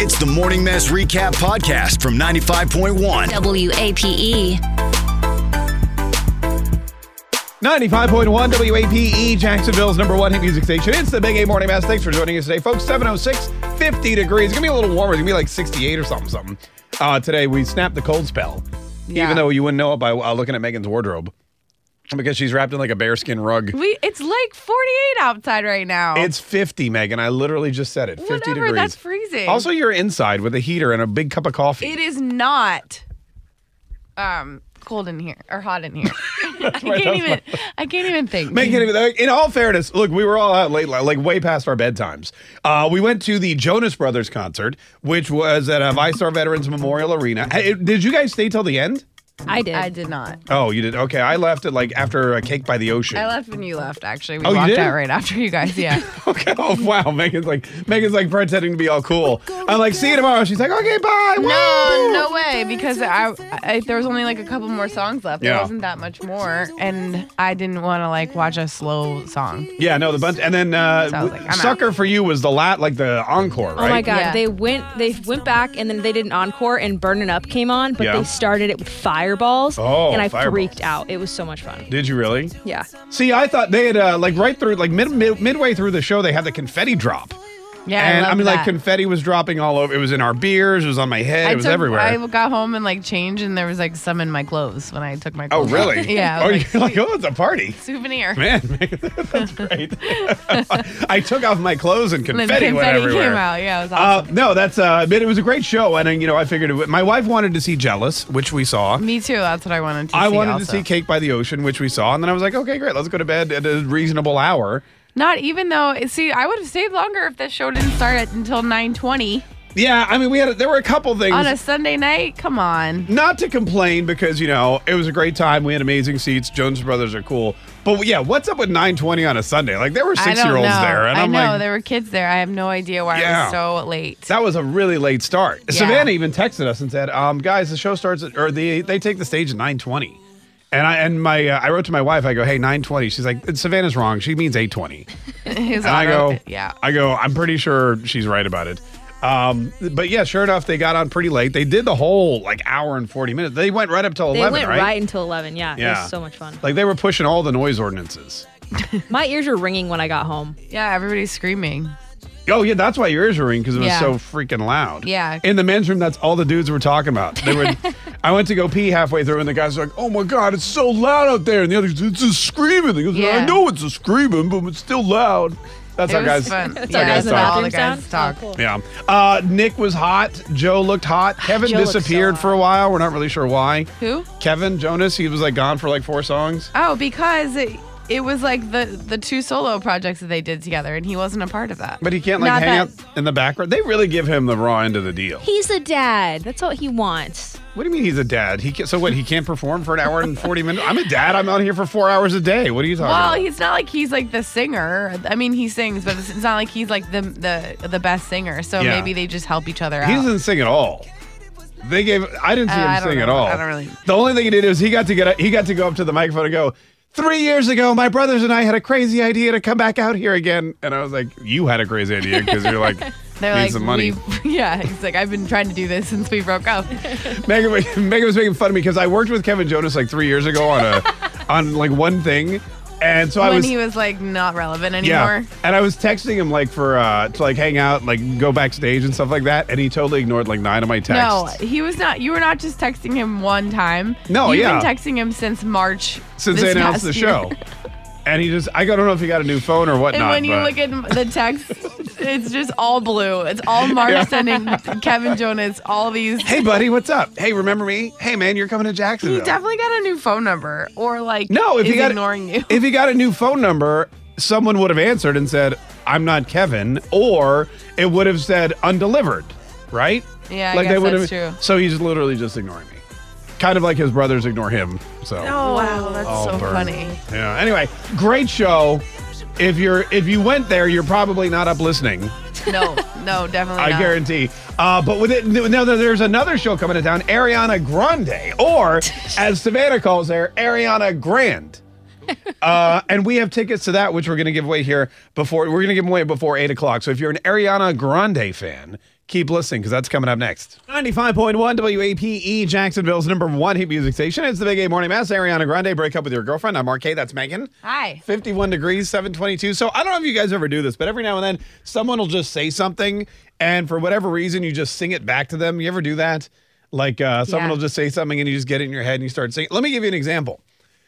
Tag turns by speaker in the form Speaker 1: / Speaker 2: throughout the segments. Speaker 1: It's the Morning Mess Recap Podcast from 95.1.
Speaker 2: E.
Speaker 3: WAPE.
Speaker 4: 95.1 WAPE, E, Jacksonville's number one hit music station. It's the Big A Morning Mass. Thanks for joining us today, folks. 706, 50 degrees. It's going to be a little warmer. It's going to be like 68 or something, something. Uh, today, we snapped the cold spell,
Speaker 5: Yeah.
Speaker 4: even though you wouldn't know it by uh, looking at Megan's wardrobe because she's wrapped in like a bearskin rug.
Speaker 5: We it's like 48 outside right now.
Speaker 4: It's 50, Megan. I literally just said it. 50
Speaker 5: Whatever,
Speaker 4: degrees.
Speaker 5: that's freezing.
Speaker 4: Also, you're inside with a heater and a big cup of coffee.
Speaker 5: it is not um cold in here or hot in here. I can't even I can't even think.
Speaker 4: Make it like, in all fairness. Look, we were all out late, like way past our bedtimes. Uh, we went to the Jonas Brothers concert, which was at a Vistar Veterans Memorial Arena. Hey, did you guys stay till the end?
Speaker 6: I did.
Speaker 5: I did not.
Speaker 4: Oh, you did. Okay, I left it like after a cake by the ocean.
Speaker 5: I left when you left actually. We
Speaker 4: Oh, you
Speaker 5: walked
Speaker 4: did?
Speaker 5: out right after you guys. Yeah.
Speaker 4: Okay. Oh wow, Megan's like Megan's like pretending to be all cool. I'm like, see you tomorrow. She's like, okay, bye.
Speaker 5: no, no way because I, I there was only like a couple more songs left.
Speaker 4: Yeah.
Speaker 5: There wasn't that much more and I didn't want to like watch a slow song.
Speaker 4: Yeah, no, the bunch, and then uh,
Speaker 5: So I was like, I'm out.
Speaker 4: sucker for you was the lat, like the encore, right?
Speaker 6: Oh my god,
Speaker 5: Yeah.
Speaker 6: they went they went back and then they did an encore and Burnin' Up came on, but
Speaker 4: Yeah.
Speaker 6: they started it with fireballs
Speaker 4: Oh,
Speaker 6: and I
Speaker 4: fireballs.
Speaker 6: freaked out. It was so much fun.
Speaker 4: Did you really?
Speaker 6: Yeah.
Speaker 4: See, I thought they had uh, like right through, like mid, mid, midway through the show, they had the confetti drop.
Speaker 5: Yeah.
Speaker 4: and I,
Speaker 5: I, loved
Speaker 4: mean, like
Speaker 5: that.
Speaker 4: confetti was dropping all over. It was in our beers. It was on my head.
Speaker 5: I
Speaker 4: it was
Speaker 5: took-
Speaker 4: everywhere.
Speaker 5: I got home and like changed, and there was like some in my clothes when I took my.
Speaker 4: oh,
Speaker 5: Clothes off.
Speaker 4: really?
Speaker 5: yeah.
Speaker 4: Oh,
Speaker 5: I was like,
Speaker 4: you're like, oh, it's a party,
Speaker 5: souvenir.
Speaker 4: man. That's great. I took off my clothes and
Speaker 5: And then
Speaker 4: confetti,
Speaker 5: confetti
Speaker 4: went everywhere.
Speaker 5: came out. Yeah, it was
Speaker 4: Uh,
Speaker 5: awesome.
Speaker 4: no, that's uh, but it was a great show, and uh, you know, I figured it would, my wife wanted to see Jealous, which we saw.
Speaker 5: Me too. That's what I wanted to.
Speaker 4: I
Speaker 5: see
Speaker 4: wanted to
Speaker 5: also.
Speaker 4: see Cake by the Ocean, which we saw, and then I was like, okay, great, let's go to bed at a reasonable hour.
Speaker 5: Not even though. See, I would have stayed longer if this show didn't start at, until nine twenty
Speaker 4: Yeah, I mean, we had there were a couple things.
Speaker 5: on a Sunday night. Come on.
Speaker 4: not to complain because you know it was a great time. We had amazing seats. Jones Brothers are cool, but yeah, what's up with 9:20 on a Sunday? Like there were
Speaker 5: I
Speaker 4: six
Speaker 5: don't
Speaker 4: year olds
Speaker 5: know.
Speaker 4: there, and
Speaker 5: I
Speaker 4: am
Speaker 5: know
Speaker 4: like,
Speaker 5: there were kids there. I have no idea why I
Speaker 4: Yeah.
Speaker 5: was so late.
Speaker 4: that was a really late start.
Speaker 5: Yeah.
Speaker 4: Savannah even texted us and said, um, "Guys, the show starts at, or the they take the stage at 9:20." And I and my uh, I wrote to my wife. I go, "Hey, 9:20." She's like, "Savannah's wrong. She means 8:20."
Speaker 5: It
Speaker 4: And
Speaker 5: was
Speaker 4: I
Speaker 5: auto-
Speaker 4: go,
Speaker 5: Yeah.
Speaker 4: I go, I'm pretty sure she's right about it. Um, but yeah, sure enough, they got on pretty late. They did the whole like hour and 40 minutes. They went right up till
Speaker 6: They
Speaker 4: 11,
Speaker 6: went
Speaker 4: right?
Speaker 6: right, until eleven. Yeah, It
Speaker 4: Yeah.
Speaker 6: was so much fun.
Speaker 4: Like they were pushing all the noise ordinances.
Speaker 6: My ears were ringing when I got home.
Speaker 5: Yeah. Everybody's screaming.
Speaker 4: Oh yeah, that's why your ears were ringing because it was
Speaker 5: Yeah.
Speaker 4: so freaking loud.
Speaker 5: Yeah.
Speaker 4: In the men's room, that's all the dudes were talking about. They were. I went to go pee halfway through, and the guys were like, "Oh my god, it's so loud out there!" And the other, "It's a screaming." He goes, I
Speaker 5: Yeah.
Speaker 4: know it's a screaming, but it's still loud. That's
Speaker 5: It
Speaker 4: how
Speaker 5: was
Speaker 4: guys.
Speaker 5: fun.
Speaker 4: That's
Speaker 5: Yeah,
Speaker 4: how guys
Speaker 5: that's
Speaker 6: the
Speaker 4: talk.
Speaker 5: all the
Speaker 6: bathroom
Speaker 5: guys
Speaker 6: sound?
Speaker 5: talk.
Speaker 6: Oh, cool.
Speaker 4: Yeah. Uh, Nick was hot. Joe looked hot. Kevin
Speaker 6: Joe looked so
Speaker 4: disappeared for a while. We're not really sure why.
Speaker 5: Who?
Speaker 4: Kevin Jonas, he was like gone for like four songs.
Speaker 5: Oh, because it, it was like the the two solo projects that they did together, and he wasn't a part of that.
Speaker 4: But he can't like
Speaker 5: Not
Speaker 4: hang
Speaker 5: that-
Speaker 4: out in the background. They really give him the raw end of the deal.
Speaker 6: He's a dad. That's what he wants.
Speaker 4: What do you mean he's a dad? He can, so what? He can't perform for an hour and forty minutes. I'm a dad. I'm out here for four hours a day. What are you talking
Speaker 5: Well,
Speaker 4: about?
Speaker 5: he's not like he's like the singer. I mean, he sings, but it's it's not like he's like the the the best singer. So
Speaker 4: Yeah.
Speaker 5: maybe they just help each other
Speaker 4: he
Speaker 5: out.
Speaker 4: doesn't sing at all. They gave. I didn't see
Speaker 5: Uh,
Speaker 4: him
Speaker 5: I don't
Speaker 4: sing at
Speaker 5: know.
Speaker 4: all.
Speaker 5: I don't really-
Speaker 4: The only thing he did is he got to get. He got to go up to the microphone and go. Three years ago, my brothers and I had a crazy idea to come back out here again, and I was like, "You had a crazy idea because you're like,
Speaker 5: They're
Speaker 4: need
Speaker 5: like,
Speaker 4: some money."
Speaker 5: "We- yeah. He's like, I've been trying to do this since we broke up.
Speaker 4: Megan, Megan was making fun of me because I worked with Kevin Jonas like three years ago on a on like one thing, and so I
Speaker 5: when
Speaker 4: was
Speaker 5: he was like not relevant
Speaker 4: yeah,
Speaker 5: anymore.
Speaker 4: and I was texting him like for uh to like hang out, like go backstage and stuff like that, and he totally ignored like nine of my
Speaker 5: No,
Speaker 4: texts.
Speaker 5: he was not. You were not just texting him one time.
Speaker 4: No,
Speaker 5: You've
Speaker 4: yeah.
Speaker 5: been texting him since March.
Speaker 4: since
Speaker 5: this
Speaker 4: they announced
Speaker 5: past
Speaker 4: the
Speaker 5: year.
Speaker 4: show. And he just, I don't know if he got a new phone or
Speaker 5: And
Speaker 4: whatnot.
Speaker 5: when you
Speaker 4: but-
Speaker 5: look at the text, it's just all blue. It's all Mark sending Kevin Jonas all these.
Speaker 4: hey, buddy, what's up? Hey, remember me? Hey, man, you're coming to
Speaker 5: He
Speaker 4: Jacksonville.
Speaker 5: definitely got a new phone number, or like
Speaker 4: no, if
Speaker 5: is
Speaker 4: he got
Speaker 5: ignoring you.
Speaker 4: if he got a new phone number, someone would have answered and said, "I'm not Kevin," or it would have said "undelivered." right?
Speaker 5: Yeah, I guess that's
Speaker 4: would've-
Speaker 5: true.
Speaker 4: So he's literally just ignoring me, kind of like his brothers ignore him. So
Speaker 5: Oh, wow, that's
Speaker 4: Oh,
Speaker 5: so
Speaker 4: burn.
Speaker 5: funny.
Speaker 4: yeah. Anyway, great show. If you're if you went there, you're probably not up listening.
Speaker 5: No, no, definitely
Speaker 4: I
Speaker 5: not.
Speaker 4: guarantee. Uh, but with it, no, no, there's another show coming to town, Ariana Grande, or as Savannah calls her, Ariana Grand. Uh, and we have tickets to that, which we're going to give away here before we're going to give them away before eight o'clock. So if you're an Ariana Grande fan, keep listening because that's coming up next. Ninety-five point one WAPe E, Jacksonville's number one hit music station. It's the Big A Morning Mass. Ariana Grande, break up with your girlfriend. I'm RK. That's Megan.
Speaker 5: Hi.
Speaker 4: 51 degrees, 722. So I don't know if you guys ever do this, but every now and then someone will just say something, and for whatever reason, you just sing it back to them. You ever do that? Like uh, someone
Speaker 5: Yeah.
Speaker 4: will just say something, and you just get it in your head, and you start singing. Let me give you an example.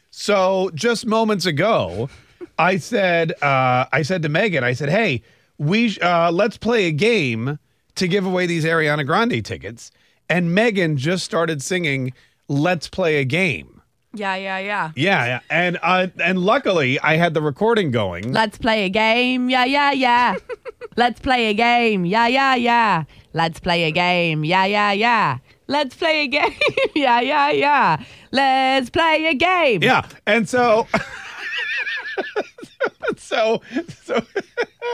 Speaker 4: So just moments ago, I said, uh, I said to Megan, I said, "Hey, we sh- uh, let's play a game to give away these Ariana Grande tickets." And Megan just started singing, "Let's play a game."
Speaker 5: Yeah, yeah, yeah.
Speaker 4: Yeah, yeah. and uh, and luckily I had the recording going.
Speaker 3: Let's play a game. Yeah, yeah, yeah. Let's play a game. Yeah, yeah, yeah. Let's play a game. Yeah, yeah, yeah. Let's play a game. yeah, yeah, yeah. Let's play a game.
Speaker 4: Yeah, and so so so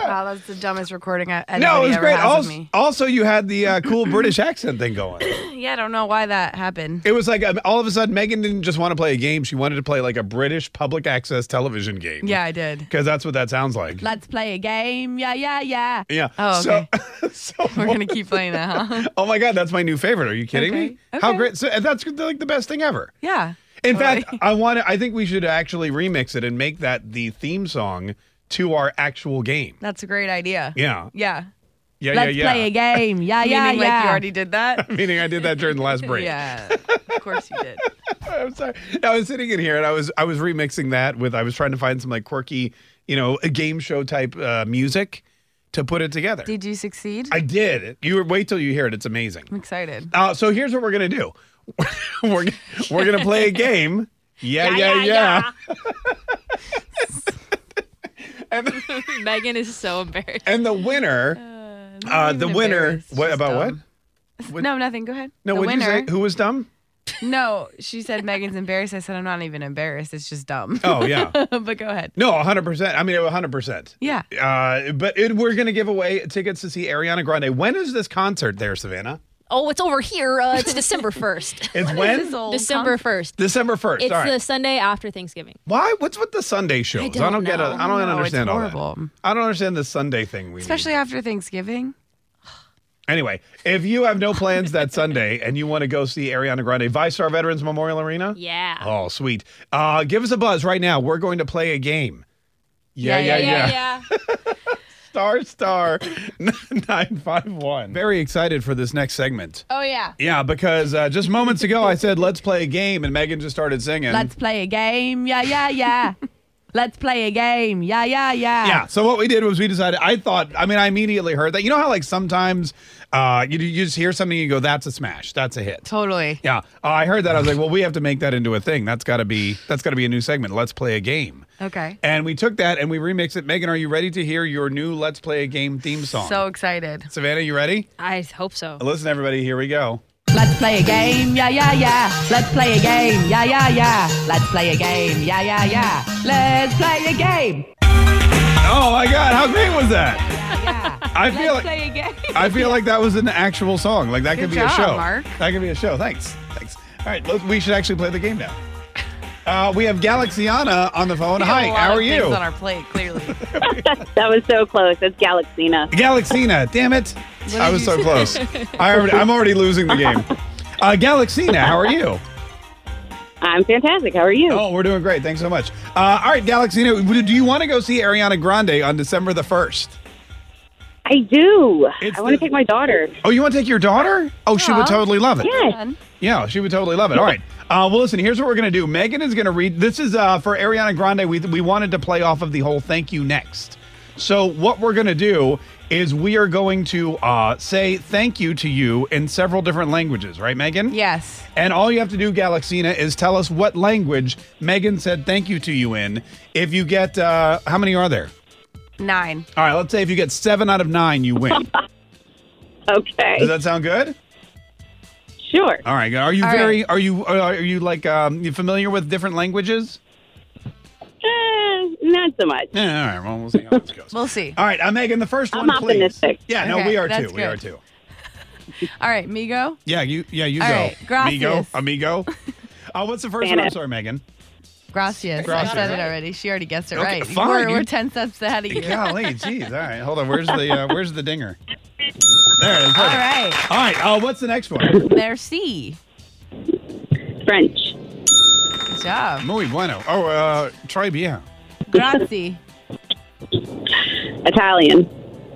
Speaker 5: Wow, that's the dumbest recording I anybody
Speaker 4: no, it was
Speaker 5: ever
Speaker 4: great.
Speaker 5: has of
Speaker 4: Also,
Speaker 5: me.
Speaker 4: also, you had the uh, cool British accent thing going.
Speaker 5: Yeah, I don't know why that happened.
Speaker 4: It was like um, all of a sudden Megan didn't just want to play a game; she wanted to play like a British public access television game.
Speaker 5: Yeah, I did.
Speaker 4: because that's what that sounds like.
Speaker 3: Let's play a game. Yeah, yeah, yeah.
Speaker 4: yeah.
Speaker 5: Oh,
Speaker 4: So, so
Speaker 5: We're gonna keep playing that, huh?
Speaker 4: Oh my God, that's my new favorite. Are you kidding me?
Speaker 5: Okay,
Speaker 4: How
Speaker 5: okay.
Speaker 4: great! So, and that's like the best thing ever.
Speaker 5: Yeah.
Speaker 4: In
Speaker 5: Totally.
Speaker 4: fact, I want to. I think we should actually remix it and make that the theme song to our actual game.
Speaker 5: that's a great idea.
Speaker 4: Yeah,
Speaker 5: Yeah.
Speaker 4: yeah,
Speaker 3: Let's
Speaker 4: yeah, yeah.
Speaker 3: play a game. Yeah, yeah,
Speaker 5: Meaning,
Speaker 3: yeah.
Speaker 5: like you already did that.
Speaker 4: Meaning, I did that during the last break.
Speaker 5: yeah. Of course you did.
Speaker 4: I'm sorry. I was sitting in here and I was I was remixing that with I was trying to find some like quirky, you know, a game show type uh, music to put it together.
Speaker 5: Did you succeed?
Speaker 4: I did. You wait till you hear it. It's amazing.
Speaker 5: I'm excited.
Speaker 4: Uh, so here's what we're gonna do. we're g- we're gonna play a game. Yeah, yeah, yeah.
Speaker 6: Megan is so embarrassed.
Speaker 4: And the winner, uh, the winner. What about what? what-
Speaker 5: No, nothing. Go ahead.
Speaker 4: No,
Speaker 5: the
Speaker 4: would you
Speaker 5: winner.
Speaker 4: say who was dumb?
Speaker 5: No, she said Megan's embarrassed. I said I'm not even embarrassed. It's just dumb.
Speaker 4: Oh yeah.
Speaker 5: but go ahead.
Speaker 4: No, 100%. I mean, 100%.
Speaker 5: Yeah.
Speaker 4: Uh, but it, we're going to give away tickets to see Ariana Grande. When is this concert there, Savannah?
Speaker 6: Oh, it's over here. Uh, it's December 1st.
Speaker 4: It's
Speaker 5: This
Speaker 4: when?
Speaker 5: old
Speaker 6: December 1st.
Speaker 4: December 1st.
Speaker 6: It's
Speaker 4: All right.
Speaker 6: the Sunday after Thanksgiving.
Speaker 4: Why? What's with the Sunday shows? I don't,
Speaker 6: don't
Speaker 4: get it.
Speaker 6: know.
Speaker 4: I don't
Speaker 5: No, it's
Speaker 4: understand all that.
Speaker 5: horrible.
Speaker 4: I don't understand the Sunday thing we
Speaker 5: Especially
Speaker 4: need.
Speaker 5: after Thanksgiving.
Speaker 4: Anyway, if you have no plans that Sunday and you want to go see Ariana Grande, Vice Star Veterans Memorial Arena?
Speaker 6: Yeah.
Speaker 4: Oh, sweet. Uh, give us a buzz right now. We're going to play a game. yeah, yeah. yeah. star star 951 very excited for this next segment
Speaker 5: Oh yeah.
Speaker 4: yeah because uh, just moments ago i said let's play a game and megan just started singing
Speaker 3: Let's play a game. Yeah, yeah, yeah. Let's play a game. Yeah, yeah, yeah.
Speaker 4: yeah so what we did was we decided i thought i mean i immediately heard that you know how like sometimes uh, you, you just hear something and you go that's a smash that's a hit
Speaker 5: Totally.
Speaker 4: yeah uh, i heard that i was like well we have to make that into a thing that's got to be that's got to be a new segment let's play a game
Speaker 5: Okay.
Speaker 4: and we took that and we remixed it megan are you ready to hear your new let's play a game theme song
Speaker 5: So excited.
Speaker 4: savannah you ready
Speaker 3: Uh,
Speaker 6: I hope so.
Speaker 4: listen everybody here we go
Speaker 3: Let's play a game, yeah, yeah, yeah. Let's play a game, yeah, yeah, yeah. Let's play a game, yeah, yeah, yeah. Let's play a game.
Speaker 4: Oh my god, how great was that? I feel
Speaker 3: Let's
Speaker 4: like
Speaker 3: play a game.
Speaker 4: I feel like that was an actual song. Like that could be
Speaker 5: Good
Speaker 4: a
Speaker 5: job,
Speaker 4: show.
Speaker 5: Mark.
Speaker 4: That could be a show. Thanks. Thanks. All right, look, we should actually play the game now. Uh, we have Galaxiana on the phone.
Speaker 5: We have
Speaker 4: Hi,
Speaker 5: a lot
Speaker 4: how
Speaker 5: of
Speaker 4: are
Speaker 5: things
Speaker 4: you?
Speaker 5: On our plate, clearly.
Speaker 7: That was so close. It's Galaxina.
Speaker 4: Galaxina, damn it. I was so close. I already, I'm already losing the game. Uh, Galaxina, how are you?
Speaker 7: I'm fantastic. How are you?
Speaker 4: Oh, we're doing great. Thanks so much. Uh, all right, Galaxina, do you want to go see Ariana Grande on December the 1st?
Speaker 7: I do.
Speaker 4: It's
Speaker 7: I want
Speaker 4: the-
Speaker 7: to take my daughter.
Speaker 4: Oh, you want to take your daughter? Oh, she would totally love it.
Speaker 7: Yes.
Speaker 4: Yeah, she would totally love it. All right. Uh, well, listen, here's what we're going to do. Megan is going to read. This is uh, for Ariana Grande. We, we wanted to play off of the whole thank you next. So, what we're going to do is we are going to uh, say thank you to you in several different languages, right, Megan?
Speaker 5: yes.
Speaker 4: And all you have to do, Galaxina, is tell us what language Megan said thank you to you in. If you get, uh, how many are there?
Speaker 5: Nine.
Speaker 4: All right, let's say if you get seven out of nine, you win.
Speaker 7: Okay.
Speaker 4: Does that sound good?
Speaker 7: sure.
Speaker 4: All right. good. Are you
Speaker 5: All
Speaker 4: very? Are you? uh, Are you like? Um, you familiar with different languages? Uh.
Speaker 7: Eh, not so much.
Speaker 4: Yeah. All right. Well, we'll see how this goes.
Speaker 5: We'll see.
Speaker 4: All right. I'm making the first
Speaker 7: I'm
Speaker 4: one.
Speaker 7: optimistic.
Speaker 4: Please. Yeah. No,
Speaker 5: Okay,
Speaker 4: we are too.
Speaker 5: that's
Speaker 4: We are
Speaker 5: good.
Speaker 4: too.
Speaker 5: All right, Migo.
Speaker 4: Yeah. You. Yeah. You
Speaker 5: All
Speaker 4: go.
Speaker 5: right, gracias.
Speaker 4: Amigo. Amigo. Uh, what's the first one? I'm
Speaker 7: Spanish.
Speaker 4: sorry, Megan.
Speaker 5: Gracias.
Speaker 4: Gracias.
Speaker 5: I said it already. She already guessed it
Speaker 4: Okay,
Speaker 5: right.
Speaker 4: fine,
Speaker 5: We're,
Speaker 4: you-
Speaker 5: we're 10 steps ahead of you.
Speaker 4: Golly, geez. All right. Hold on. Where's the uh, Where's the dinger? There. All
Speaker 5: All right.
Speaker 4: All right. Uh, what's the next one?
Speaker 5: Merci.
Speaker 7: French.
Speaker 5: Good job.
Speaker 4: Muy bueno. Oh, uh, try bien.
Speaker 5: Grazie.
Speaker 7: Italian.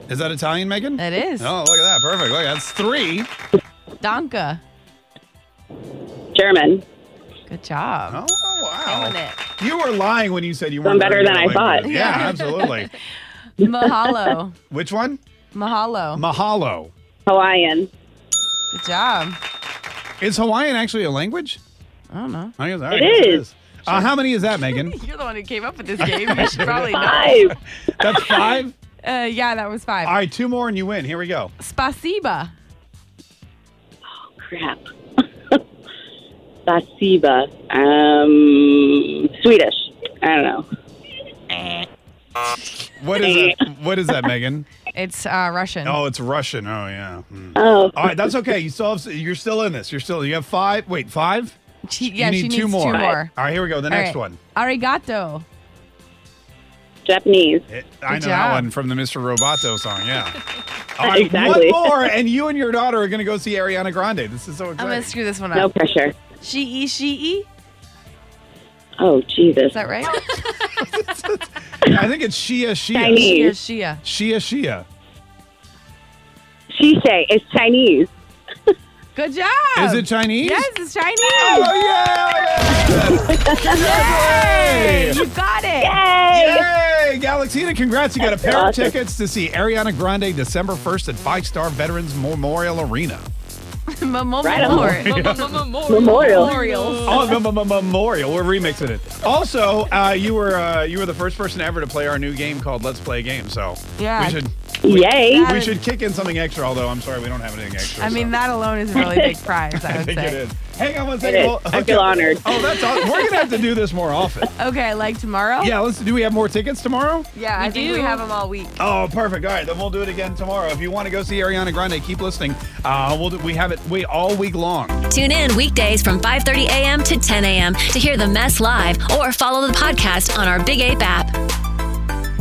Speaker 4: Is that Italian, Megan?
Speaker 5: That is.
Speaker 4: Oh, look at that. Perfect. Look, that's three.
Speaker 5: Danke.
Speaker 7: German.
Speaker 5: Good job.
Speaker 4: Oh, wow.
Speaker 5: Killing it.
Speaker 4: You were lying when you said you
Speaker 7: Doing
Speaker 4: weren't
Speaker 7: better
Speaker 4: very
Speaker 7: than I
Speaker 4: good at
Speaker 7: thought.
Speaker 4: languages. Yeah, absolutely.
Speaker 5: Mahalo.
Speaker 4: Which one?
Speaker 5: Mahalo.
Speaker 4: Mahalo.
Speaker 7: Hawaiian.
Speaker 5: Good job.
Speaker 4: Is Hawaiian actually a language?
Speaker 5: I don't know.
Speaker 4: I guess, all
Speaker 7: It
Speaker 4: right, I guess
Speaker 7: is.
Speaker 4: Uh, how many is that, Megan?
Speaker 5: You're the one who came up with this game. You should probably know.
Speaker 7: Five.
Speaker 4: That's five.
Speaker 5: Uh, yeah, that was
Speaker 4: All
Speaker 5: five.
Speaker 4: right, two more and you win. Here we go.
Speaker 5: Spasiba.
Speaker 7: Crap. Basiba. Um, Swedish. I don't know.
Speaker 4: Hmm. What is that? What is that, Megan?
Speaker 5: It's uh, Russian.
Speaker 4: Oh, it's Russian. Oh, yeah. Hmm.
Speaker 7: Oh,
Speaker 4: All right, that's okay. You still have. You're still in this. You're still. You have five. Wait, five.
Speaker 5: She, yeah,
Speaker 4: you
Speaker 5: she
Speaker 4: need
Speaker 5: needs
Speaker 4: two more.
Speaker 5: Two more.
Speaker 4: All right, here we go. The next
Speaker 5: All
Speaker 4: one.
Speaker 5: right. Arigato.
Speaker 7: Japanese.
Speaker 4: It- I know
Speaker 5: Good
Speaker 4: that
Speaker 5: job.
Speaker 4: one from the Mr. Roboto song. Yeah. All right,
Speaker 7: Exactly.
Speaker 4: One more, and you and your daughter are going to go see Ariana Grande. This is so
Speaker 5: I'm
Speaker 4: exciting.
Speaker 5: going to screw this one
Speaker 7: No
Speaker 5: up.
Speaker 7: pressure.
Speaker 5: She, she,
Speaker 7: Oh, Jesus.
Speaker 5: Is that right?
Speaker 4: I think it's Shia Shia.
Speaker 7: Chinese.
Speaker 5: Shia, Shia.
Speaker 4: Shia Shia.
Speaker 7: Shisei. It's Chinese.
Speaker 5: Good job.
Speaker 4: Is it Chinese?
Speaker 5: Yes, it's Chinese.
Speaker 4: Oh, yeah!
Speaker 5: Yay! You got it.
Speaker 7: Hey.
Speaker 4: Yay! Galaxina, congrats. You got a pair of
Speaker 7: awesome.
Speaker 4: tickets to see Ariana Grande December 1st at Five Star Veterans Memorial Arena.
Speaker 5: Memorial.
Speaker 7: Right on.
Speaker 6: Memorial. Memorial.
Speaker 4: Oh, m- m- m- Memorial. We're remixing it. Also, uh, you were uh, you were the first person ever to play our new game called Let's Play a Game. So
Speaker 5: Yeah.
Speaker 4: we should
Speaker 7: Yay.
Speaker 4: we should kick in something extra. Although I'm sorry, we don't have anything extra.
Speaker 5: I mean,
Speaker 4: so.
Speaker 5: that alone is a really big prize, I
Speaker 4: I
Speaker 5: would
Speaker 4: think
Speaker 5: say.
Speaker 4: it is. Hang on one
Speaker 7: It
Speaker 4: second.
Speaker 7: is.
Speaker 4: Hold-
Speaker 7: I
Speaker 4: okay.
Speaker 7: feel honored.
Speaker 4: Oh, that's awesome. We're gonna have to do this more often.
Speaker 5: Okay, like tomorrow?
Speaker 4: Yeah, let's. Do we have more tickets tomorrow?
Speaker 5: Yeah, I think
Speaker 6: do.
Speaker 5: we have them all week.
Speaker 4: Oh, perfect. All right, then we'll do it again tomorrow. If you want to go see Ariana Grande, keep listening. Uh, we'll do, we have it we all week long.
Speaker 2: Tune in weekdays from 5:30 a.m. to 10 a.m. to hear the mess live or follow the podcast on our Big Ape app.